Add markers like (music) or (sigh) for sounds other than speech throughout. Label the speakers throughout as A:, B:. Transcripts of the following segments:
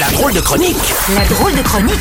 A: La drôle de chronique
B: La drôle de chronique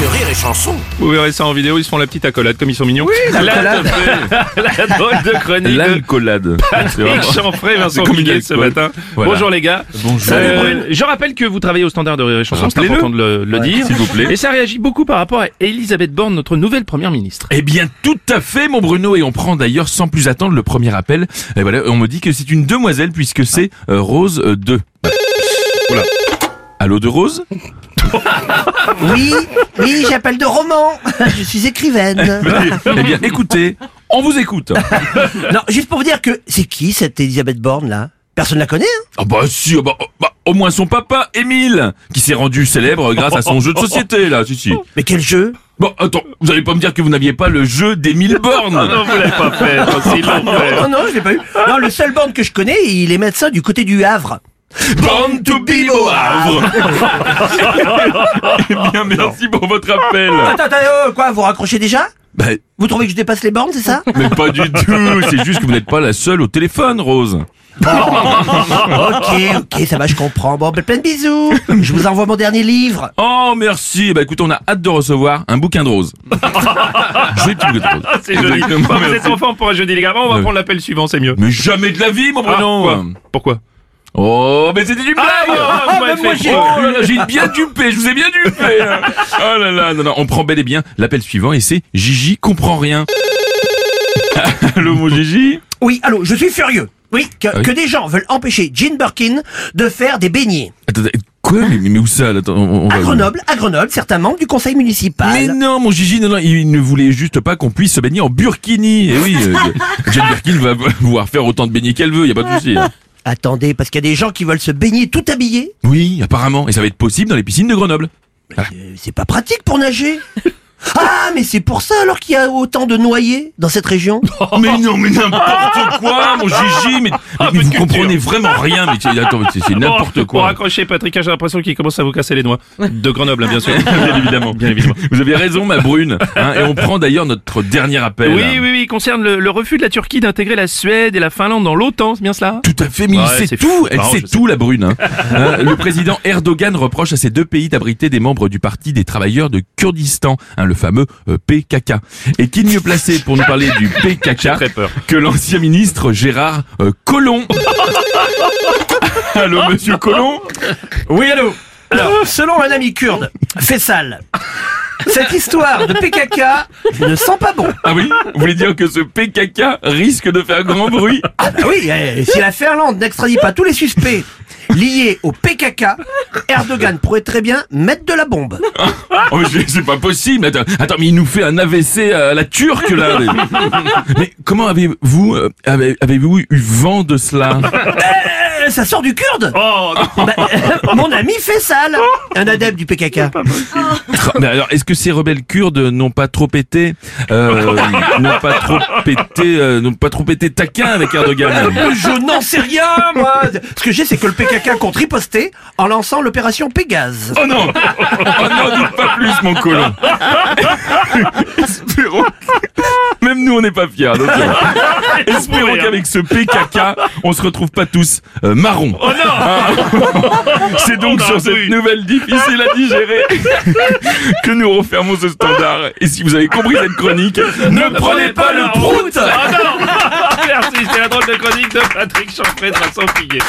A: de Rire et Chanson.
C: Vous verrez ça en vidéo, ils se font la petite accolade comme ils sont mignons. Oui, (laughs) la, (laughs) la drôle de chronique. de
D: L'alcoolade. C'est
C: Patrick
D: vraiment-
C: Chanfray, Vincent
D: comme une
C: Guillet ce
D: alcool.
C: matin.
D: Voilà.
C: Bonjour les gars.
D: Bonjour.
C: Euh, je rappelle que vous travaillez au standard de Rire et Chanson, c'est
D: Rappelez-le.
C: important de le, le dire.
D: S'il vous plaît.
C: Et ça réagit beaucoup par rapport à Elisabeth Borne, notre nouvelle première ministre.
D: Eh bien, tout à fait, mon Bruno, et on prend d'ailleurs sans plus attendre le premier appel. Et voilà, on me dit que c'est une demoiselle puisque c'est euh, Rose 2. Voilà. Allô de Rose
E: Oui, oui, j'appelle de roman. Je suis écrivaine.
D: Eh bien, écoutez, on vous écoute.
E: Non, juste pour vous dire que c'est qui cette Elisabeth Borne là Personne la connaît. Hein
D: Ah bah si, ah bah, oh, bah, au moins son papa, Émile, qui s'est rendu célèbre grâce à son jeu de société, là, si si.
E: Mais quel jeu
D: Bon, attends, vous allez pas me dire que vous n'aviez pas le jeu d'Émile Borne
C: vous l'avez pas fait. Francis, ils l'ont fait.
E: Non, non, je l'ai pas eu. Non, le seul Borne que je connais, il est médecin du côté du Havre.
D: Born to be au Havre
C: (laughs)
D: Eh bien, merci pour votre appel
E: Attends, attends, euh, quoi Vous raccrochez déjà
D: Bah,
E: Vous trouvez que je dépasse les bornes, c'est ça
D: mais pas du tout C'est juste que vous n'êtes pas la seule au téléphone, Rose
E: (laughs) Ok, ok, ça va, je comprends. Bon, ben, plein de bisous. Je vous envoie mon dernier livre.
D: Oh, merci Bah écoutez, on a hâte de recevoir un bouquin
C: (laughs)
D: de Rose. J'ai plus de Rose.
C: Ah, C'est joli. (laughs)
D: Exactement,
C: Bon, Vous
D: merci.
C: êtes enfant pour un jeudi les gars. Bon, on va
D: Oui.
C: prendre l'appel suivant, c'est mieux.
D: Mais jamais de la vie, mon
C: Euh. Ah,
D: Bruno
C: quoi Pourquoi
D: Oh, mais c'était du blague
C: Ah, ah, ah, vous m'avez
D: même moi,
C: fait
D: j'ai-
C: croire.
D: Oh là là, j'ai bien dupé, je vous ai bien dupé hein. Oh là là, non, non, on prend bel et bien l'appel suivant et c'est Gigi comprend rien. (laughs) Allô, mon Gigi
E: Oui, allô, je suis furieux. Oui, que,
D: oui.
E: que des gens veulent empêcher Jean Birkin de faire des beignets.
D: Attends, attends, quoi mais, mais où ça là Attends, on, on
E: À
D: va-
E: Grenoble, à Grenoble, certains membres du conseil municipal.
D: Mais non, mon Gigi, non, non, il ne voulait juste pas qu'on puisse se baigner en burkini. Et oui, euh, (laughs) Jane Birkin va pouvoir faire autant de beignets qu'elle veut, y a pas de souci. hein.
E: Attendez, parce qu'il y a des gens qui veulent se baigner tout habillés.
D: Oui, apparemment, et ça va être possible dans les piscines de Grenoble.
E: Euh, C'est pas pratique pour (laughs) nager. Ah, mais c'est pour ça alors qu'il y a autant de noyés dans cette (laughs) région.
D: Mais non, mais n'importe quoi, mon Gigi, mais, Ah,
C: peu
D: mais Oh,
C: de
D: vous
C: culture.
D: comprenez vraiment rien. Mais c'est- attends, mais c'est c'est n'importe
C: Pour
D: quoi.
C: raccrocher Patrick, j'ai l'impression qu'il commence à vous casser les noix. De Grenoble, hein, bien (laughs) sûr.
D: Bien évidemment, bien évidemment. Vous avez raison, ma brune. hein, et on prend d'ailleurs notre dernier appel.
C: Oui, oui, oui, il concerne le, le refus de la Turquie d'intégrer la Suède et la Finlande dans l'OTAN, c'est bien cela
D: Tout à fait, mais
C: Ouais,
D: elle
C: c'est
D: sait
C: fou.
D: tout, elle
C: Non,
D: sait
C: je
D: tout, la brune. hein.
C: (laughs)
D: Hein, le président Erdogan reproche à ces deux pays d'abriter des membres du Parti des travailleurs de Kurdistan, hein, le fameux euh, PKK. Et qui de mieux placé pour nous parler du
C: (laughs)
D: PKK
C: peur.
D: que l'ancien ministre Gérard euh,
C: (laughs)
D: Collomb Allô, monsieur Collomb
E: Oui, allô. Alors, Euh, selon un ami kurde, Fessal, cette histoire de PKK ne sent pas bon.
D: Ah oui Vous voulez dire que ce PKK risque de faire grand bruit
E: Ah bah oui, eh, si la Finlande n'extradite pas tous les suspects liés au PKK, Erdogan pourrait très bien mettre de la bombe.
D: Oh, mais c'est- c'est pas possible. Attends, attends, mais il nous fait un AVC à la turque là. Mais, Mais comment avez-vous euh, avez- avez-vous eu vent de cela
E: Euh, ça sort du kurde Bah, euh, Mon ami Fessal, un adepte du PKK.
D: Tra- Mais alors, est-ce que ces rebelles kurdes n'ont pas trop pété, euh, n'ont pas trop pété, euh, n'ont pas trop pété taquin avec Erdogan
E: Euh, Je n'en sais rien, moi Ce que j'ai, c'est que le PKK compte riposter en lançant l'opération Pégase.
D: Oh non Oh non, dites pas plus, mon colon Espérons que- Même nous, on n'est pas fiers. donc, euh, espérons qu'avec ce PKK, on se retrouve pas tous euh, marrons. Oh non (laughs) C'est donc sur cette nouvelle difficile à digérer que nous refermons ce standard. Et si vous avez compris cette chronique, ne prenez pas le prout
C: Ah non Merci, c'était la drôle de chronique de Patrick Chanfray, de Vincent Figuier.